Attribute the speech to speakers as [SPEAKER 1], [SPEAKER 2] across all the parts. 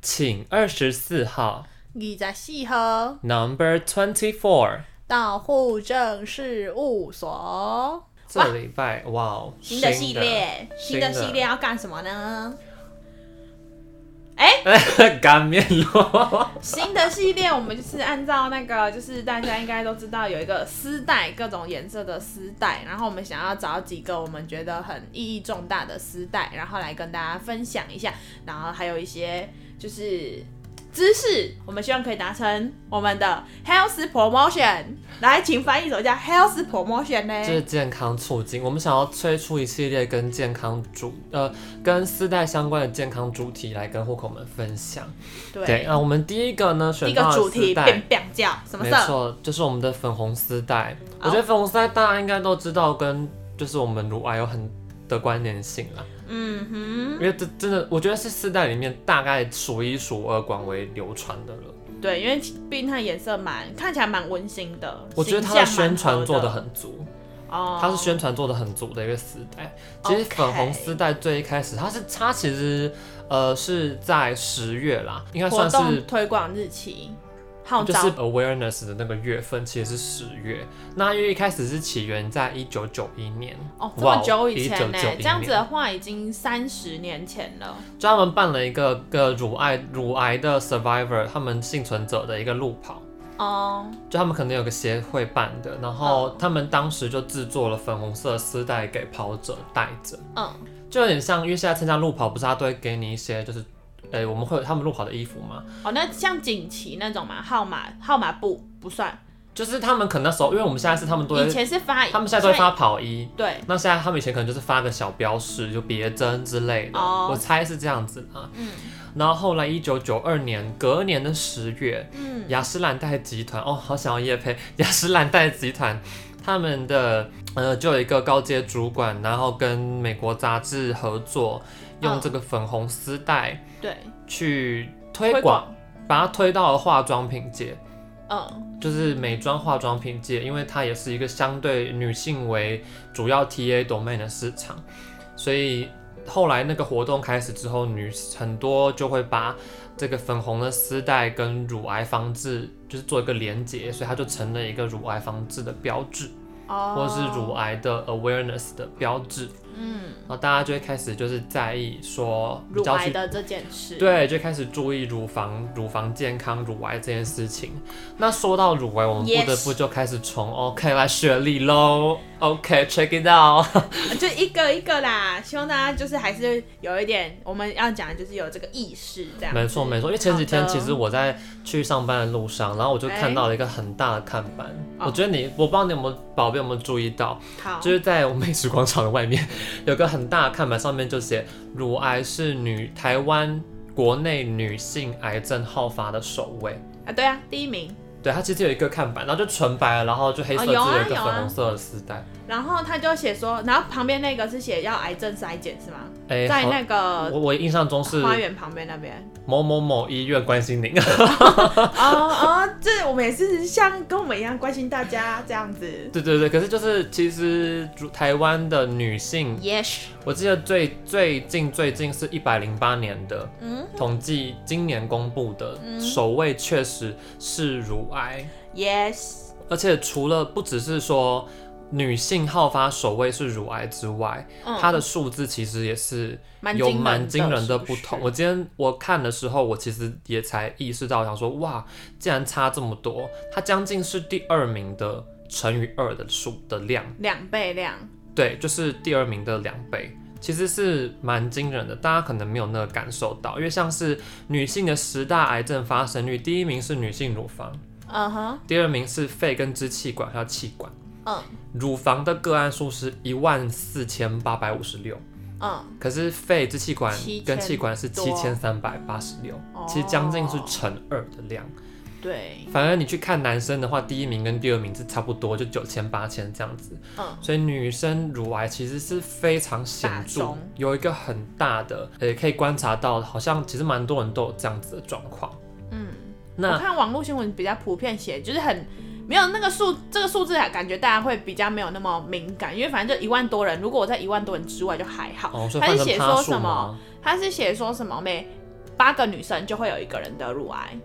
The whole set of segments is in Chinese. [SPEAKER 1] 请二十四号
[SPEAKER 2] 二十四号
[SPEAKER 1] ，Number Twenty Four，
[SPEAKER 2] 到户政事务所。
[SPEAKER 1] 这礼拜哇哦，
[SPEAKER 2] 新的系列，
[SPEAKER 1] 新
[SPEAKER 2] 新
[SPEAKER 1] 的
[SPEAKER 2] 的系列要干什么呢？哎，
[SPEAKER 1] 干面 咯，
[SPEAKER 2] 新的系列我们就是按照那个，就是大家应该都知道有一个丝带，各种颜色的丝带，然后我们想要找几个我们觉得很意义重大的丝带，然后来跟大家分享一下，然后还有一些就是知识，我们希望可以达成我们的 health promotion。来，请翻译手一下 health promotion 呢？
[SPEAKER 1] 就是健康促进。我们想要推出一系列跟健康主呃跟丝带相关的健康主题来跟户口们分享。对，那、我们第一个呢
[SPEAKER 2] 第一
[SPEAKER 1] 选
[SPEAKER 2] 个
[SPEAKER 1] 到了
[SPEAKER 2] 主
[SPEAKER 1] 丝
[SPEAKER 2] 题
[SPEAKER 1] 带
[SPEAKER 2] 变。变叫什么哦
[SPEAKER 1] 没
[SPEAKER 2] 色？
[SPEAKER 1] 错，就是我们的粉红丝带。我
[SPEAKER 2] 好
[SPEAKER 1] 觉得粉红丝带大家应该都知道，跟就是我们乳癌有很的关联性啦。
[SPEAKER 2] 嗯
[SPEAKER 1] 因为这真的，我觉得是丝带里面大概数一数二广为流传的了。
[SPEAKER 2] 哼，对，因为毕竟它的颜色蛮看起来蛮温馨的，
[SPEAKER 1] 我觉得它
[SPEAKER 2] 形
[SPEAKER 1] 的
[SPEAKER 2] 象蛮
[SPEAKER 1] 宣传
[SPEAKER 2] 合
[SPEAKER 1] 做的
[SPEAKER 2] 的
[SPEAKER 1] 很足，
[SPEAKER 2] 哦，
[SPEAKER 1] 它是宣传做的很足的一个丝带。其实
[SPEAKER 2] OK
[SPEAKER 1] 粉红丝带最一开始，它是它其实呃是在十月啦，应该
[SPEAKER 2] 活
[SPEAKER 1] 算
[SPEAKER 2] 动
[SPEAKER 1] 是哦
[SPEAKER 2] 推广日期号
[SPEAKER 1] 就
[SPEAKER 2] 召，
[SPEAKER 1] 是 awareness 的那个月份，其实是十月。那因为一开始是起源在一九九一年，
[SPEAKER 2] 哦，这么
[SPEAKER 1] 哇
[SPEAKER 2] 久以前呢、
[SPEAKER 1] 1991
[SPEAKER 2] 这样子的话已经三十年前了。
[SPEAKER 1] 专门办了一个个乳癌乳癌的 survivor 他们幸存者的一个路跑。
[SPEAKER 2] 哦，嗯
[SPEAKER 1] 就他们可能有个协会办的，然后他们当时就制作了粉红色的丝带给跑者戴着，
[SPEAKER 2] 嗯，
[SPEAKER 1] 就有点像，因为现在参加路跑不是他都会给你一些就是，诶、我们会有他们路跑的衣服嘛，
[SPEAKER 2] 哦，那像锦旗那种嘛，号码号码布不算，
[SPEAKER 1] 就是他们可能那时候，因为我们现在是他们都
[SPEAKER 2] 以
[SPEAKER 1] 会，
[SPEAKER 2] 前是发，
[SPEAKER 1] 他们现在都会发跑衣，
[SPEAKER 2] 对，
[SPEAKER 1] 那现在他们以前可能就是发个小标识，就别针之类的，
[SPEAKER 2] 哦
[SPEAKER 1] 我猜是这样子啊。
[SPEAKER 2] 嗯
[SPEAKER 1] 然后后来一九九二年隔年的十月，
[SPEAKER 2] 嗯，
[SPEAKER 1] 雅诗兰黛集团哦，好想要叶配 雅诗兰黛集团，他们的呃就有一个高阶主管，然后跟美国杂志合作，用
[SPEAKER 2] 嗯
[SPEAKER 1] 这个粉红丝带
[SPEAKER 2] 对，
[SPEAKER 1] 去推
[SPEAKER 2] 推
[SPEAKER 1] 广，
[SPEAKER 2] 广
[SPEAKER 1] 把它推到了化妆品界，
[SPEAKER 2] 嗯
[SPEAKER 1] 就是美妆化妆品界，因为它也是一个相对女性为主要 TA domain 的市场，所以后来那个活动开始之后，女很多就会把这个粉红的丝带跟乳癌防治就是做一个连接，所以它就成了一个乳癌防治的标志，
[SPEAKER 2] 哦，
[SPEAKER 1] 或是乳癌的 awareness 的标志，
[SPEAKER 2] 嗯
[SPEAKER 1] 然后大家就会开始就是在意说比
[SPEAKER 2] 乳
[SPEAKER 1] 较
[SPEAKER 2] 癌
[SPEAKER 1] 去
[SPEAKER 2] 的这件事，，
[SPEAKER 1] 对，就开始注意乳房、乳房健康、乳癌这件事情。那说到乳癌，我们不得
[SPEAKER 2] Yes
[SPEAKER 1] 不就开始从 OK 来学历喽。OK，check、it out。
[SPEAKER 2] 就一个一个啦，希望大家就是还是有一点，我们要讲的就是有这个意识这样 子，
[SPEAKER 1] 没错没错，因为前几
[SPEAKER 2] 好
[SPEAKER 1] 天
[SPEAKER 2] 的哎
[SPEAKER 1] 其实我在去上班的路上，然后我就看到了一个很大的看板。
[SPEAKER 2] 哦
[SPEAKER 1] 我觉得你，我不知道你有没有宝贝有没有注意到，
[SPEAKER 2] 好，
[SPEAKER 1] 就是在我们美食广场的外面有个很大的看板，上面就写“乳癌是女台湾国内女性癌症好发的首位”。
[SPEAKER 2] 啊，对啊，第一名。
[SPEAKER 1] 对，它其实有一个看板，然后就纯白，然后就黑色
[SPEAKER 2] 哦
[SPEAKER 1] 字，
[SPEAKER 2] 有啊
[SPEAKER 1] 一个
[SPEAKER 2] 有啊
[SPEAKER 1] 粉红色的丝带。
[SPEAKER 2] 然后他就写说，然后旁边那个是写要癌症筛检是吗？
[SPEAKER 1] 哎、
[SPEAKER 2] 在
[SPEAKER 1] 好
[SPEAKER 2] 那个
[SPEAKER 1] 我我印象中是
[SPEAKER 2] 花园旁边那 边。
[SPEAKER 1] 某某某医院关心您。
[SPEAKER 2] 哦哦，这我们也是像跟我们一样关心大家这样子。
[SPEAKER 1] 对对对，可是就是其实如台湾的女性，
[SPEAKER 2] Yes，
[SPEAKER 1] 我记得最最近最近是一百零八年的
[SPEAKER 2] 嗯
[SPEAKER 1] 统计，今年公布的首位确实是乳癌。
[SPEAKER 2] ，Yes，
[SPEAKER 1] 而且除了不只是说女性好发首位是乳癌之外，
[SPEAKER 2] 嗯
[SPEAKER 1] 它的数字其实也是
[SPEAKER 2] 蛮
[SPEAKER 1] 有
[SPEAKER 2] 惊人
[SPEAKER 1] 蛮惊人的
[SPEAKER 2] 的
[SPEAKER 1] 不同。
[SPEAKER 2] 是
[SPEAKER 1] 我今天我看的时候，我其实也才意识到，想说哇，竟然差这么多，它将近是第二名的乘以二的数的量，
[SPEAKER 2] 两倍量。
[SPEAKER 1] 对，就是第二名的两倍。其实是蛮惊人的，大家可能没有那个感受到，因为像是女性的十大癌症发生率，第一名是女性乳房，
[SPEAKER 2] 嗯哼，
[SPEAKER 1] 第二名是肺跟支气管还有气管。
[SPEAKER 2] 嗯
[SPEAKER 1] 乳房的个案数是一万四千八百五十六，
[SPEAKER 2] 嗯，
[SPEAKER 1] 可是肺支气管
[SPEAKER 2] 7000
[SPEAKER 1] 跟气管是七千三百八十六，
[SPEAKER 2] 哦
[SPEAKER 1] 其实将近是乘二的量。
[SPEAKER 2] 对，
[SPEAKER 1] 反而你去看男生的话，第一名跟第二名是差不多，就九千八千这样子。
[SPEAKER 2] 嗯
[SPEAKER 1] 所以女生乳癌其实是非常显
[SPEAKER 2] 大
[SPEAKER 1] 著
[SPEAKER 2] 众，
[SPEAKER 1] 有一个很大的，呃，可以观察到，好像其实蛮多人都有这样子的状况。
[SPEAKER 2] 嗯。
[SPEAKER 1] 那
[SPEAKER 2] 我看网络新闻比较普遍写，就是很没有那个数，这个数字啊，感觉大家会比较没有那么敏感，因为反正就一万多人，如果我在一万多人之外就还好。
[SPEAKER 1] 哦，所以
[SPEAKER 2] 他
[SPEAKER 1] 换
[SPEAKER 2] 是
[SPEAKER 1] 成
[SPEAKER 2] 写
[SPEAKER 1] 趴
[SPEAKER 2] 说
[SPEAKER 1] 数
[SPEAKER 2] 什么
[SPEAKER 1] 吗？？
[SPEAKER 2] 他是写说什么每八个女生就会有一个人得乳癌。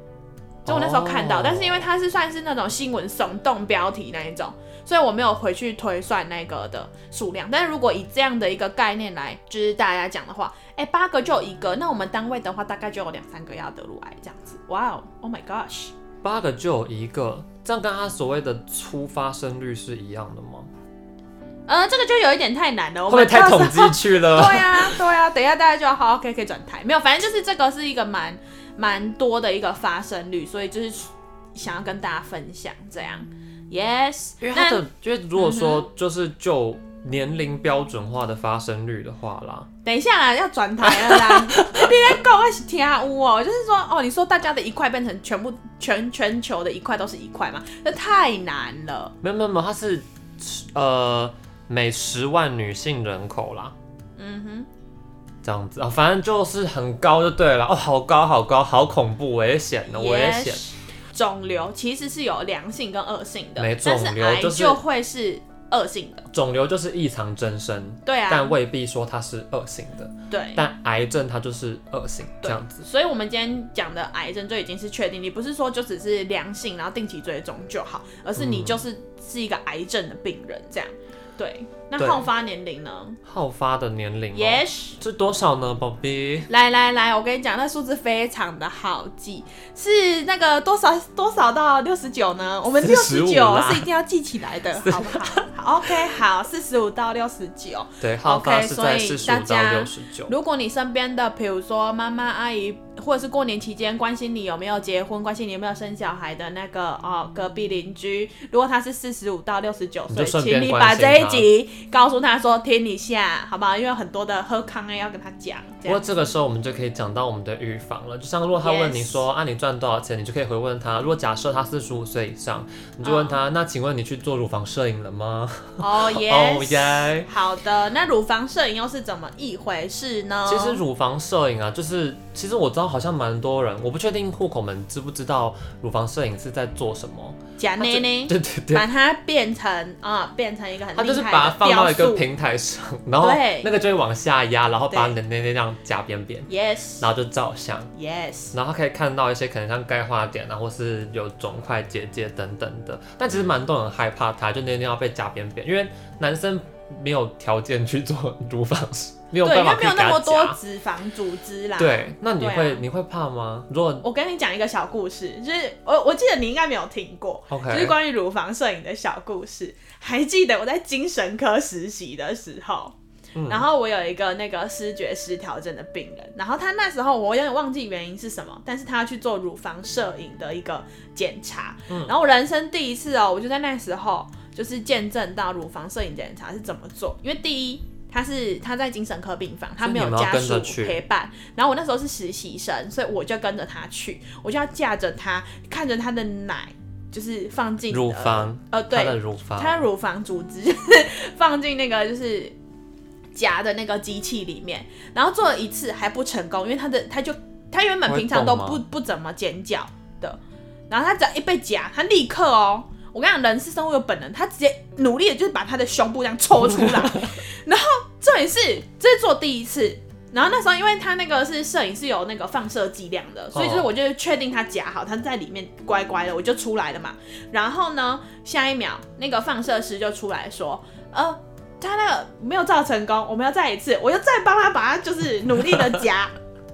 [SPEAKER 2] 就我那时候看到
[SPEAKER 1] 哦
[SPEAKER 2] 但是因为它是算是那种新闻耸动标题那一种，所以我没有回去推算那个的数量。但是如果以这样的一个概念来，就是大家讲的话，哎、八个就有一个，那我们单位的话大概就有两三个要得乳癌这样子。哇哦，Oh my gosh！
[SPEAKER 1] 八个就有一个，这样跟他所谓的初发生率是一样的吗？
[SPEAKER 2] 呃，这个就有一点太难了，
[SPEAKER 1] 会
[SPEAKER 2] 我
[SPEAKER 1] 不会
[SPEAKER 2] 们
[SPEAKER 1] 太
[SPEAKER 2] 到时候
[SPEAKER 1] 统计去 了？
[SPEAKER 2] 对啊，对啊，等一下大家就要好好可以可以转台，没有，反正就是这个是一个蛮蛮多的一个发生率，所以就是想要跟大家分享这样。Yes，
[SPEAKER 1] 因为他
[SPEAKER 2] 那嗯
[SPEAKER 1] 的，因为如果说就是就年龄标准化的发生率的话啦，
[SPEAKER 2] 等一下啦，要转台了啦！你在搞我是天屋哦，就是说哦，你说大家的一块变成全部全全球的一块都是一块嘛，这太难了。
[SPEAKER 1] 没有没有没有，他是呃每十万女性人口啦，
[SPEAKER 2] 嗯哼。
[SPEAKER 1] 这样子啊，反正就是很高就对了哦，好高好高，好恐怖，危险的危险。
[SPEAKER 2] Yes，肿瘤其实是有良性跟恶性的，
[SPEAKER 1] 没
[SPEAKER 2] 但
[SPEAKER 1] 肿
[SPEAKER 2] 是
[SPEAKER 1] 瘤
[SPEAKER 2] 癌
[SPEAKER 1] 就是
[SPEAKER 2] 就会是恶性的。
[SPEAKER 1] 肿瘤就是异常增生，
[SPEAKER 2] 对啊
[SPEAKER 1] 但，未必说它是恶性的，
[SPEAKER 2] 对。
[SPEAKER 1] 但癌症它就是恶性这样子。
[SPEAKER 2] 所以，我们今天讲的癌症就已经是确定，你不是说就只是良性，然后定期追踪就好，而是
[SPEAKER 1] 嗯
[SPEAKER 2] 你就是、是一个癌症的病人这样。对，那
[SPEAKER 1] 对
[SPEAKER 2] 好发年龄呢
[SPEAKER 1] 好发的年龄、哦、
[SPEAKER 2] ？Yes，
[SPEAKER 1] 是多少呢，宝贝？
[SPEAKER 2] 来来来，我跟你讲，那数字非常的好记，是那个多少多少到六十九呢？我们六十
[SPEAKER 1] 45
[SPEAKER 2] 九
[SPEAKER 1] 啦
[SPEAKER 2] 是一定要记起来的，好不好好？OK，好，四十五到六十九。
[SPEAKER 1] 对，好发
[SPEAKER 2] OK，
[SPEAKER 1] 是在
[SPEAKER 2] 所以
[SPEAKER 1] 四十
[SPEAKER 2] 大
[SPEAKER 1] 五到
[SPEAKER 2] 家
[SPEAKER 1] 六十九。
[SPEAKER 2] 如果你身边的，比如说妈妈、阿姨，或者是过年期间关心你有没有结婚、关心你有没有生小孩的那个哦，隔壁邻居，如果他是四十五到六十九
[SPEAKER 1] 你
[SPEAKER 2] 岁
[SPEAKER 1] 就，顺便
[SPEAKER 2] 请你把
[SPEAKER 1] 关心他
[SPEAKER 2] 这一集告诉他说听一下，好不好？因为有很多的喝康哎要跟他讲，
[SPEAKER 1] 不
[SPEAKER 2] 这
[SPEAKER 1] 过
[SPEAKER 2] 样
[SPEAKER 1] 这个时候我们就可以讲到我们的预防了，就像如果他问你说啊你赚多少钱，你就可以回问他。如果假设他四十五岁以上，你就问他、
[SPEAKER 2] 嗯
[SPEAKER 1] 那请问你去做乳房摄影了吗？
[SPEAKER 2] 哦耶。
[SPEAKER 1] 哦耶！
[SPEAKER 2] 好的，那乳房摄影又是怎么一回事呢？
[SPEAKER 1] 其实乳房摄影啊，就是其实我知道好像蛮多人，我不确定户口们知不知道乳房摄影是在做什么。
[SPEAKER 2] 假
[SPEAKER 1] 它
[SPEAKER 2] 捏
[SPEAKER 1] 就
[SPEAKER 2] 捏，
[SPEAKER 1] 对对对，
[SPEAKER 2] 把它变成啊、变成一个很
[SPEAKER 1] 他就是
[SPEAKER 2] 厉害
[SPEAKER 1] 把它
[SPEAKER 2] 的
[SPEAKER 1] 放到一
[SPEAKER 2] 雕
[SPEAKER 1] 个
[SPEAKER 2] 塑
[SPEAKER 1] 平台上，然后
[SPEAKER 2] 对
[SPEAKER 1] 那个就会往下压，然后把
[SPEAKER 2] 对
[SPEAKER 1] 你的那那这样夹边边，
[SPEAKER 2] Yes
[SPEAKER 1] 然后就照相。
[SPEAKER 2] Yes，
[SPEAKER 1] 然后他可以看到一些可能像钙化点啊，或是有肿块、结节等等的。但其实蛮多人很害怕它，就那天要被夹边边，因为男生没有条件去做乳房，没有
[SPEAKER 2] 对，
[SPEAKER 1] 办
[SPEAKER 2] 因
[SPEAKER 1] 法
[SPEAKER 2] 为
[SPEAKER 1] 去给
[SPEAKER 2] 没有
[SPEAKER 1] 他
[SPEAKER 2] 那么多
[SPEAKER 1] 夹。
[SPEAKER 2] 脂肪组织啦。，
[SPEAKER 1] 对，那你会、
[SPEAKER 2] 对啊
[SPEAKER 1] 你会怕吗？如果
[SPEAKER 2] 我跟你讲一个小故事，就是我我记得你应该没有听过就是
[SPEAKER 1] OK，
[SPEAKER 2] 关于乳房摄影的小故事。还记得我在精神科实习的时候。
[SPEAKER 1] 嗯
[SPEAKER 2] 然后我有一个那个失觉失调症的病人，然后他那时候我有点忘记原因是什么，但是他要去做乳房摄影的一个检查，
[SPEAKER 1] 嗯
[SPEAKER 2] 然后我人生第一次哦，我就在那时候就是见证到乳房摄影检查是怎么做，因为第一。他是他在精神科病房，他没有
[SPEAKER 1] 所以你们要
[SPEAKER 2] 家
[SPEAKER 1] 跟着
[SPEAKER 2] 属
[SPEAKER 1] 去
[SPEAKER 2] 陪伴。然后我那时候是实习生，所以我就跟着他去，我就要架着他，看着他的奶，就是放进
[SPEAKER 1] 乳房，
[SPEAKER 2] 呃，对，
[SPEAKER 1] 他的乳房，
[SPEAKER 2] 它乳房组织放进那个就是夹的那个机器里面，然后做了一次还不成功，因为它的它就它原本平常都
[SPEAKER 1] 会
[SPEAKER 2] 不
[SPEAKER 1] 动
[SPEAKER 2] 不怎么尖叫的，然后它只要一被夹，它立刻哦。我跟你讲，人是生物有本能，它直接努力的就是把它的胸部这样抽出来，然后这也是这是做第一次，然后那时候因为它那个是摄影是有那个放射剂量的，所以就是
[SPEAKER 1] 哦
[SPEAKER 2] 我就确定它夹好，它在里面乖乖的，我就出来了嘛。然后呢，下一秒那个放射师就出来说，呃。他那个没有照成功，我们要再一次，我又再帮他把它就是努力的夹，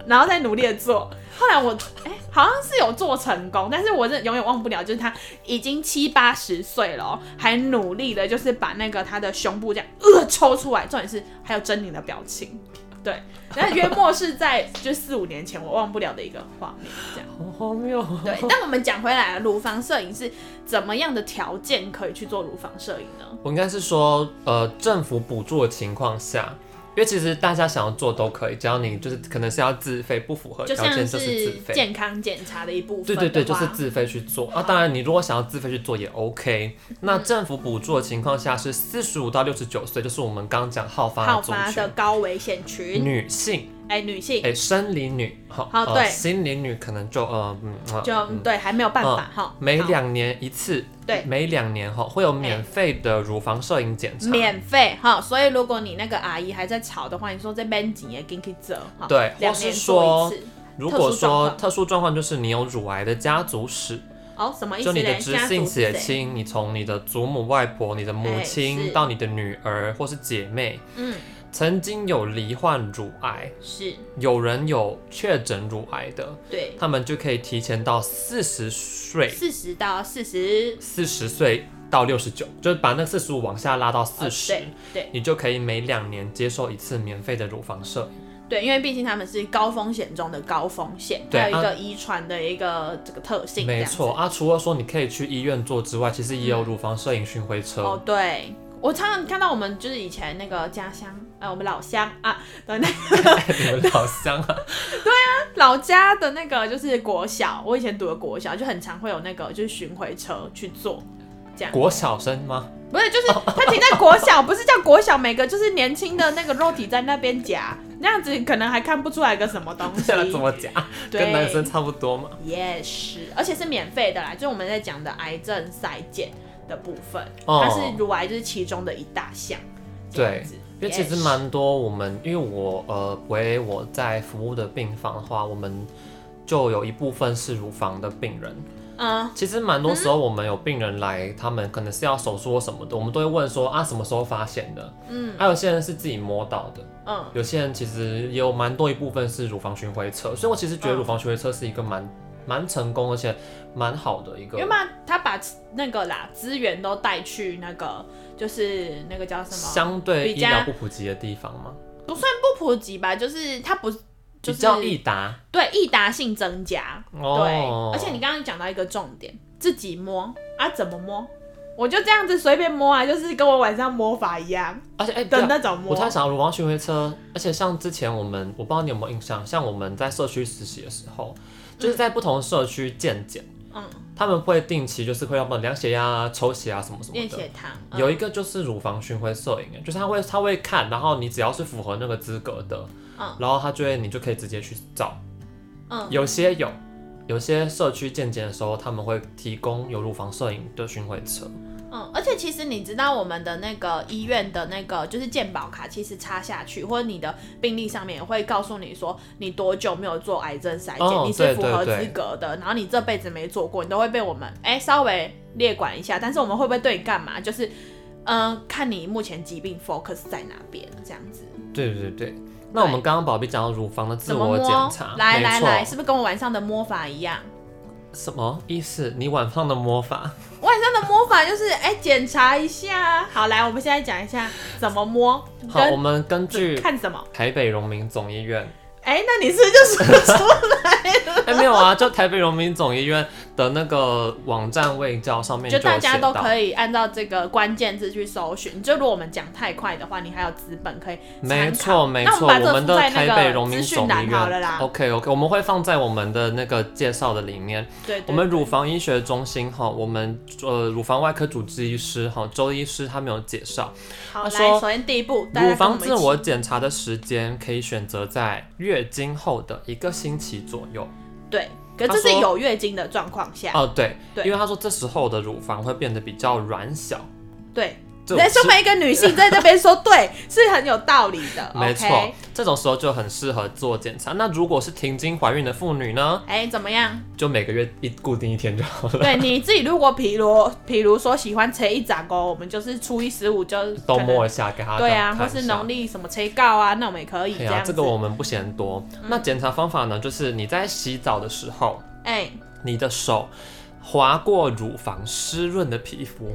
[SPEAKER 2] 然后再努力的做。后来我哎、好像是有做成功，但是我真的永远忘不了，就是他已经七八十岁了、哦，还努力的，就是把那个他的胸部这样呃抽出来，重点是还有狰狞的表情。对，那约莫是在就四五年前我忘不了的一个画面，这 样。
[SPEAKER 1] 好荒谬哦。
[SPEAKER 2] 对，但我们讲回来，乳房摄影是怎么样的条件可以去做乳房摄影呢？
[SPEAKER 1] 我应该是说，呃，政府补助的情况下，因为其实大家想要做都可以，只要你就是可能是要自费，不符合
[SPEAKER 2] 就
[SPEAKER 1] 条
[SPEAKER 2] 像
[SPEAKER 1] 件就是自
[SPEAKER 2] 是
[SPEAKER 1] 费。
[SPEAKER 2] 健康检查的一部分
[SPEAKER 1] 对
[SPEAKER 2] 的
[SPEAKER 1] 对
[SPEAKER 2] 话，
[SPEAKER 1] 对，就是自费去做啊。当然，你如果想要自费去做也 OK。那
[SPEAKER 2] 嗯
[SPEAKER 1] 政府补助的情况下是四十五到六十九岁，就是我们刚刚讲好发
[SPEAKER 2] 好
[SPEAKER 1] 的族
[SPEAKER 2] 发的
[SPEAKER 1] 群，
[SPEAKER 2] 高危险群，
[SPEAKER 1] 女性，
[SPEAKER 2] 哎、女性
[SPEAKER 1] 哎、生理女，好、
[SPEAKER 2] 好
[SPEAKER 1] 呃
[SPEAKER 2] 对
[SPEAKER 1] 心理女可能就呃嗯呃
[SPEAKER 2] 就、
[SPEAKER 1] 嗯
[SPEAKER 2] 对，还没有办法哈、
[SPEAKER 1] 每
[SPEAKER 2] 好
[SPEAKER 1] 两年一次，
[SPEAKER 2] 对
[SPEAKER 1] 每两年哈会有免费的乳房摄影检查，
[SPEAKER 2] 免费哈，所以如果你那个阿姨还在吵的话，你说这边紧也给你走哈，
[SPEAKER 1] 对，或
[SPEAKER 2] 两
[SPEAKER 1] 是
[SPEAKER 2] 年
[SPEAKER 1] 说
[SPEAKER 2] 做一次，
[SPEAKER 1] 如果说特
[SPEAKER 2] 特殊状况
[SPEAKER 1] 殊状况就是你有乳癌的家族史，
[SPEAKER 2] 哦，什么意思
[SPEAKER 1] 就你
[SPEAKER 2] 嘞？
[SPEAKER 1] 的直
[SPEAKER 2] 家
[SPEAKER 1] 系
[SPEAKER 2] 族是
[SPEAKER 1] 血
[SPEAKER 2] 谁？
[SPEAKER 1] 亲，你从你的祖母、外婆、你的母
[SPEAKER 2] 哎
[SPEAKER 1] 亲
[SPEAKER 2] 是
[SPEAKER 1] 到你的女儿或是姐妹，
[SPEAKER 2] 嗯，
[SPEAKER 1] 曾经有罹患乳癌，
[SPEAKER 2] 是
[SPEAKER 1] 有人有确诊乳癌的，
[SPEAKER 2] 对，
[SPEAKER 1] 他们就可以提前到四十岁，
[SPEAKER 2] 四十到四十
[SPEAKER 1] 四十岁到六十九，就是把那四十五往下拉到四十、
[SPEAKER 2] 哦对对
[SPEAKER 1] 你就可以每两年接受一次免费的乳房摄影。
[SPEAKER 2] 对，因为毕竟他们是高风险中的高风险，
[SPEAKER 1] 对
[SPEAKER 2] 还有一
[SPEAKER 1] 啊
[SPEAKER 2] 个遗传的一个这个特性，这
[SPEAKER 1] 没
[SPEAKER 2] 样子嗯
[SPEAKER 1] 错。啊，除了说你可以去医院做之外，其实也有乳房摄影巡回车。
[SPEAKER 2] 哦，对，我常常看到我们就是以前那个家乡，呃，我们老乡啊的那
[SPEAKER 1] 你们老乡啊，
[SPEAKER 2] 老家的那个就是国小，我以前读的国小就很常会有那个就是巡回车去做。这样
[SPEAKER 1] 国小生吗？
[SPEAKER 2] 不是，就是他停在国小，不是叫国小，每个就是年轻的那个肉体在那边夹，那样子可能还看不出来个什么东西。
[SPEAKER 1] 这 怎么讲？
[SPEAKER 2] 对
[SPEAKER 1] 跟男生差不多嘛。
[SPEAKER 2] 也是，而且是免费的啦，就是我们在讲的癌症筛检的部分，
[SPEAKER 1] 哦
[SPEAKER 2] 它是乳癌就是其中的一大项。这样子
[SPEAKER 1] 因为其实蛮多，我们因为我呃，为我在服务的病房的话，我们就有一部分是乳房的病人。
[SPEAKER 2] 嗯，
[SPEAKER 1] 其实蛮多时候，我们有病人来，他们可能是要手术或什么的，我们都会问说啊，什么时候发现的？嗯，还、有些人是自己摸到的，
[SPEAKER 2] 嗯，
[SPEAKER 1] 有些人其实也有蛮多一部分是乳房巡回车，所以我其实觉得乳房巡回车是一个蛮蛮成功而且蛮好的一个
[SPEAKER 2] 因为嘛，他把那个啦资源都带去那个，就是那个叫什么，
[SPEAKER 1] 相对
[SPEAKER 2] 比
[SPEAKER 1] 医
[SPEAKER 2] 较
[SPEAKER 1] 疗不普及的地方嘛，
[SPEAKER 2] 不算不普及吧，就是它不
[SPEAKER 1] 比
[SPEAKER 2] 就是
[SPEAKER 1] 较易达
[SPEAKER 2] 对易达性增加，
[SPEAKER 1] 哦。
[SPEAKER 2] 对，而且你刚刚讲到一个重点，自己摸啊，怎么摸？我就这样子随便摸啊，就是跟我晚上摸法一样
[SPEAKER 1] 而且哎，对
[SPEAKER 2] 的
[SPEAKER 1] 啊
[SPEAKER 2] 那种摸。
[SPEAKER 1] 我在想乳房巡回车，而且像之前我们，我不知道你有没有印象，像我们在社区实习的时候，就是在不同社区健检。
[SPEAKER 2] 嗯，
[SPEAKER 1] 他们会定期就是会让我们量血压、啊、抽血啊什么什么
[SPEAKER 2] 验
[SPEAKER 1] 的。
[SPEAKER 2] 血糖、嗯
[SPEAKER 1] 有一个就是乳房巡回摄影，就是他会他会看，然后你只要是符合那个资格的，
[SPEAKER 2] 嗯
[SPEAKER 1] 然后他就会你就可以直接去照。
[SPEAKER 2] 嗯
[SPEAKER 1] 有些有，有些社区健检的时候他们会提供有乳房摄影的巡回车。
[SPEAKER 2] 嗯，而且其实你知道我们的那个医院的那个就是健保卡，其实插下去或者你的病历上面也会告诉你说你多久没有做癌症筛检，
[SPEAKER 1] 哦
[SPEAKER 2] 你是
[SPEAKER 1] 对
[SPEAKER 2] 符
[SPEAKER 1] 对
[SPEAKER 2] 合
[SPEAKER 1] 对
[SPEAKER 2] 资格的，然后你这辈子没做过，你都会被我们哎、稍微列管一下，但是我们会不会对你干嘛？就是嗯、呃看你目前疾病 focus 在哪边这样子，
[SPEAKER 1] 对对对。那我们刚刚宝贝讲到乳房的自
[SPEAKER 2] 怎么
[SPEAKER 1] 我
[SPEAKER 2] 摸
[SPEAKER 1] 检查，？
[SPEAKER 2] 来
[SPEAKER 1] 没
[SPEAKER 2] 来
[SPEAKER 1] 错
[SPEAKER 2] 来，是不是跟我晚上的摸法一样？
[SPEAKER 1] 什么意思？你晚上的魔法？
[SPEAKER 2] 晚上的摸法就是哎检、查一下，好来，我们现在讲一下怎么摸
[SPEAKER 1] 好，我
[SPEAKER 2] 跟
[SPEAKER 1] 们根据
[SPEAKER 2] 看什么。
[SPEAKER 1] 台北荣民总医 院
[SPEAKER 2] 哎、那你是不是就说出
[SPEAKER 1] 哎、没有啊，就台北荣民总医院的那个网站卫教上面
[SPEAKER 2] 就
[SPEAKER 1] 有
[SPEAKER 2] 大家
[SPEAKER 1] 写
[SPEAKER 2] 都
[SPEAKER 1] 到，
[SPEAKER 2] 可以按照这个关键字去搜寻。就如果我们讲太快的话，你还有资本可以
[SPEAKER 1] 没
[SPEAKER 2] 参
[SPEAKER 1] 错
[SPEAKER 2] 考
[SPEAKER 1] 没
[SPEAKER 2] 那我
[SPEAKER 1] 错，
[SPEAKER 2] 们
[SPEAKER 1] 我
[SPEAKER 2] 把这
[SPEAKER 1] 们
[SPEAKER 2] 附
[SPEAKER 1] 的
[SPEAKER 2] 在
[SPEAKER 1] 台北
[SPEAKER 2] 那
[SPEAKER 1] 荣
[SPEAKER 2] 个
[SPEAKER 1] 民
[SPEAKER 2] 资
[SPEAKER 1] 总
[SPEAKER 2] 讯
[SPEAKER 1] 医
[SPEAKER 2] 栏好
[SPEAKER 1] 院
[SPEAKER 2] 了
[SPEAKER 1] 哦
[SPEAKER 2] 啦。
[SPEAKER 1] ，OK OK，我们会放在我们的那个介绍的里面。
[SPEAKER 2] 对对
[SPEAKER 1] 我们乳房医学中心哈，我们呃乳房外科主治医师哈周医师他们有介绍，
[SPEAKER 2] 好
[SPEAKER 1] 他
[SPEAKER 2] 来，
[SPEAKER 1] 说
[SPEAKER 2] 首先第一步，大家
[SPEAKER 1] 乳
[SPEAKER 2] 跟
[SPEAKER 1] 房
[SPEAKER 2] 们
[SPEAKER 1] 自
[SPEAKER 2] 一起
[SPEAKER 1] 我检查的时间可以选择在月经后的一个星期左右。
[SPEAKER 2] 对，可
[SPEAKER 1] 他
[SPEAKER 2] 这是
[SPEAKER 1] 说
[SPEAKER 2] 有月经的状况下，
[SPEAKER 1] 哦，对，
[SPEAKER 2] 对
[SPEAKER 1] 因为他说这时候的乳房会变得比较软小。
[SPEAKER 2] 对。
[SPEAKER 1] 这种
[SPEAKER 2] 人身为一个女性在这边说对，是很有道理的。
[SPEAKER 1] 没错
[SPEAKER 2] OK
[SPEAKER 1] 这种时候就很适合做检查。那如果是停经怀孕的妇女呢，
[SPEAKER 2] 哎、怎么样？
[SPEAKER 1] 就每个月一固定一天就好了。
[SPEAKER 2] 对你自己，如果比如比如说喜欢吹一扎钩，我们就是初一十五就
[SPEAKER 1] 都
[SPEAKER 2] 可能
[SPEAKER 1] 摸一下，给他
[SPEAKER 2] 对啊，
[SPEAKER 1] 看
[SPEAKER 2] 或
[SPEAKER 1] 一下
[SPEAKER 2] 是农历什么催告啊，那我们也可以
[SPEAKER 1] 哎
[SPEAKER 2] 这
[SPEAKER 1] 呀、
[SPEAKER 2] 样子。嗯
[SPEAKER 1] 这个我们不嫌多。那检查方法呢，就是你在洗澡的时候，
[SPEAKER 2] 哎、
[SPEAKER 1] 你的手划过乳房湿润的皮肤，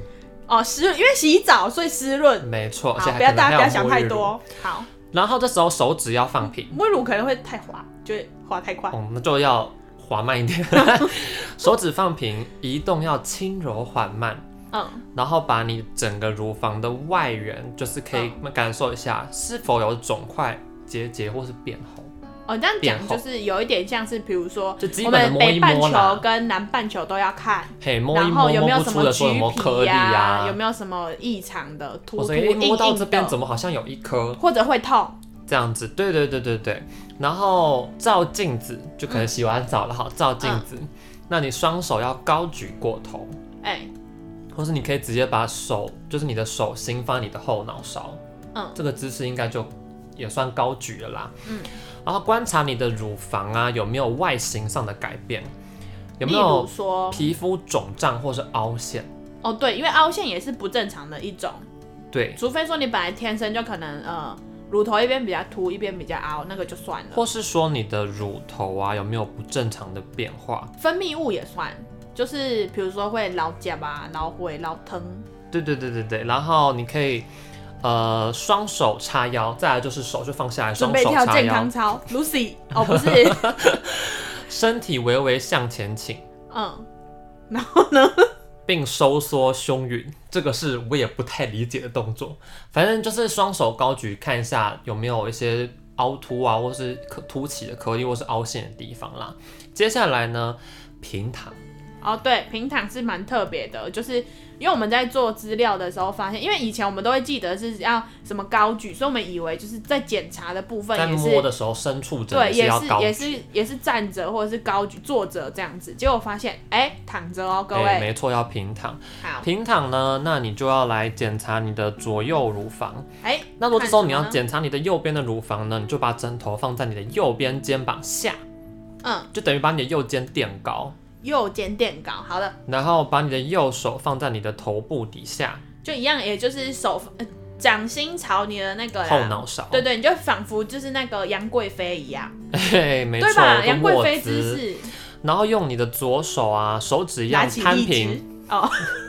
[SPEAKER 2] 哦湿润，因为洗澡所以湿润。
[SPEAKER 1] 没错，哦而且还
[SPEAKER 2] 好，不要
[SPEAKER 1] 可能
[SPEAKER 2] 大家不
[SPEAKER 1] 还
[SPEAKER 2] 要
[SPEAKER 1] 有
[SPEAKER 2] 想
[SPEAKER 1] 沐
[SPEAKER 2] 太
[SPEAKER 1] 浴乳。
[SPEAKER 2] 多。嗯好，
[SPEAKER 1] 然后这时候手指要放平，
[SPEAKER 2] 沐浴乳可能会太滑，就会滑太快。
[SPEAKER 1] 哦，那就要滑慢一 点，手指放平，移动要轻柔缓慢。
[SPEAKER 2] 嗯，
[SPEAKER 1] 然后把你整个乳房的外缘，就是可以感受一下是否有肿块、结节或是变红。
[SPEAKER 2] 哦，这样
[SPEAKER 1] 变
[SPEAKER 2] 讲
[SPEAKER 1] 厚
[SPEAKER 2] 就是有一点像是，比如说
[SPEAKER 1] 就基
[SPEAKER 2] 我
[SPEAKER 1] 本的
[SPEAKER 2] 们
[SPEAKER 1] 摸一
[SPEAKER 2] 北半
[SPEAKER 1] 摸啦
[SPEAKER 2] 球跟南半球都要看，
[SPEAKER 1] 嘿，摸一
[SPEAKER 2] 然后
[SPEAKER 1] 摸
[SPEAKER 2] 有没
[SPEAKER 1] 摸
[SPEAKER 2] 有
[SPEAKER 1] 不
[SPEAKER 2] 什
[SPEAKER 1] 出
[SPEAKER 2] 么
[SPEAKER 1] 的说有
[SPEAKER 2] 橘
[SPEAKER 1] 没有颗
[SPEAKER 2] 皮
[SPEAKER 1] 粒
[SPEAKER 2] 呀？有
[SPEAKER 1] 啊，
[SPEAKER 2] 没有什么异常的突
[SPEAKER 1] 或
[SPEAKER 2] 突
[SPEAKER 1] 者
[SPEAKER 2] 硬
[SPEAKER 1] 诶摸到
[SPEAKER 2] 硬
[SPEAKER 1] 这边
[SPEAKER 2] 的
[SPEAKER 1] 怎么好像有一颗
[SPEAKER 2] 或者会痛。
[SPEAKER 1] 这样子？对对对对对。然后照镜子，就可能洗完澡了哈，照镜子，
[SPEAKER 2] 嗯
[SPEAKER 1] 那你双手要高举过头，
[SPEAKER 2] 哎，
[SPEAKER 1] 或是你可以直接把手，就是你的手心放在你的后脑勺，
[SPEAKER 2] 嗯
[SPEAKER 1] 这个姿势应该就也算高举了啦。
[SPEAKER 2] 嗯，
[SPEAKER 1] 然后观察你的乳房啊有没有外形上的改变，有没
[SPEAKER 2] 例如
[SPEAKER 1] 有
[SPEAKER 2] 说，
[SPEAKER 1] 皮肤肿胀或是凹陷。
[SPEAKER 2] 哦对，因为凹陷也是不正常的一种，
[SPEAKER 1] 对，
[SPEAKER 2] 除非说你本来天生就可能呃乳头一边比较凸一边比较凹，那个就算了。
[SPEAKER 1] 或是说你的乳头啊有没有不正常的变化？
[SPEAKER 2] 分泌物也算，就是比如说会老夹啊、老悔、老疼，
[SPEAKER 1] 对对对对对，然后你可以。呃，双手叉腰，再来就是手就放下来，
[SPEAKER 2] 准
[SPEAKER 1] 双
[SPEAKER 2] 备
[SPEAKER 1] 手
[SPEAKER 2] 跳
[SPEAKER 1] 叉
[SPEAKER 2] 健
[SPEAKER 1] 腰
[SPEAKER 2] 康，操，Lucy 哦不是，
[SPEAKER 1] 身体微微向前倾，
[SPEAKER 2] 嗯，
[SPEAKER 1] 并收缩胸云，这个是我也不太理解的动作。反正就是双手高举，看一下有没有一些凹凸啊，或是可凸起的颗粒，或是凹陷的地方啦。接下来呢，平躺，
[SPEAKER 2] 哦对，平躺是蛮特别的，就是因为我们在做资料的时候发现，因为以前我们都会记得是要什么高举，所以我们以为就是在检查的部分
[SPEAKER 1] 在
[SPEAKER 2] 也
[SPEAKER 1] 摸
[SPEAKER 2] 是。
[SPEAKER 1] 的时候，深处真
[SPEAKER 2] 对，
[SPEAKER 1] 的
[SPEAKER 2] 也
[SPEAKER 1] 要
[SPEAKER 2] 是
[SPEAKER 1] 高举。
[SPEAKER 2] 也是也是站着或者是高举坐着这样子，结果发现哎、躺着哦，各位、
[SPEAKER 1] 哎没错，要平躺。
[SPEAKER 2] 好
[SPEAKER 1] 平躺呢，那你就要来检查你的左右乳房。
[SPEAKER 2] 哎、
[SPEAKER 1] 那如果这时候
[SPEAKER 2] 看
[SPEAKER 1] 你
[SPEAKER 2] 什么
[SPEAKER 1] 要
[SPEAKER 2] 呢
[SPEAKER 1] 检查你的右边的乳房呢，你就把枕头放在你的右边肩膀下，
[SPEAKER 2] 嗯，
[SPEAKER 1] 就等于把你的右肩垫高。
[SPEAKER 2] 右肩垫高，好的，
[SPEAKER 1] 然后把你的右手放在你的头部底下，
[SPEAKER 2] 就一样，也就是手、呃、掌心朝你的那个啦
[SPEAKER 1] 后脑勺。
[SPEAKER 2] 对对，你就仿佛就是那个杨贵妃一样，
[SPEAKER 1] 对，没错，
[SPEAKER 2] 对吧？
[SPEAKER 1] 就
[SPEAKER 2] 杨贵
[SPEAKER 1] 握
[SPEAKER 2] 妃
[SPEAKER 1] 姿
[SPEAKER 2] 姿。势，
[SPEAKER 1] 然后用你的左手啊，手指一
[SPEAKER 2] 拿
[SPEAKER 1] 样
[SPEAKER 2] 起
[SPEAKER 1] 摊
[SPEAKER 2] 一
[SPEAKER 1] 平，
[SPEAKER 2] 只哦，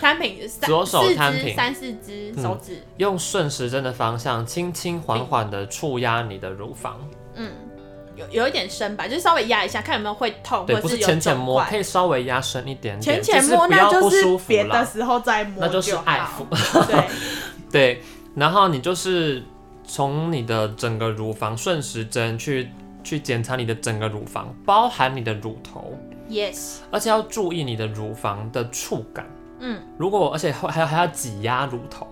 [SPEAKER 2] 摊平，三
[SPEAKER 1] 左手
[SPEAKER 2] 四
[SPEAKER 1] 摊
[SPEAKER 2] 只
[SPEAKER 1] 平嗯
[SPEAKER 2] 三四只手指，
[SPEAKER 1] 用顺时针的方向，轻轻缓缓的触压你的乳房。
[SPEAKER 2] 嗯，有有一点深吧，就是稍微压一下，看有没有会痛，
[SPEAKER 1] 对，
[SPEAKER 2] 或
[SPEAKER 1] 不
[SPEAKER 2] 者
[SPEAKER 1] 是
[SPEAKER 2] 有
[SPEAKER 1] 浅浅
[SPEAKER 2] 肿
[SPEAKER 1] 摸，
[SPEAKER 2] 块
[SPEAKER 1] 可以稍微压深一点点，
[SPEAKER 2] 浅浅
[SPEAKER 1] 就是
[SPEAKER 2] 摸，
[SPEAKER 1] 不
[SPEAKER 2] 那
[SPEAKER 1] 要不
[SPEAKER 2] 就
[SPEAKER 1] 舒
[SPEAKER 2] 是
[SPEAKER 1] 服
[SPEAKER 2] 别的
[SPEAKER 1] 啦。
[SPEAKER 2] 时候再摸，
[SPEAKER 1] 那就是
[SPEAKER 2] 好
[SPEAKER 1] 爱抚。
[SPEAKER 2] 对，
[SPEAKER 1] 对，然后你就是从你的整个乳房顺时针去去检查你的整个乳房，包含你的乳头。
[SPEAKER 2] Yes，
[SPEAKER 1] 而且要注意你的乳房的触感。
[SPEAKER 2] 嗯，
[SPEAKER 1] 如果而且还还还要挤压乳头，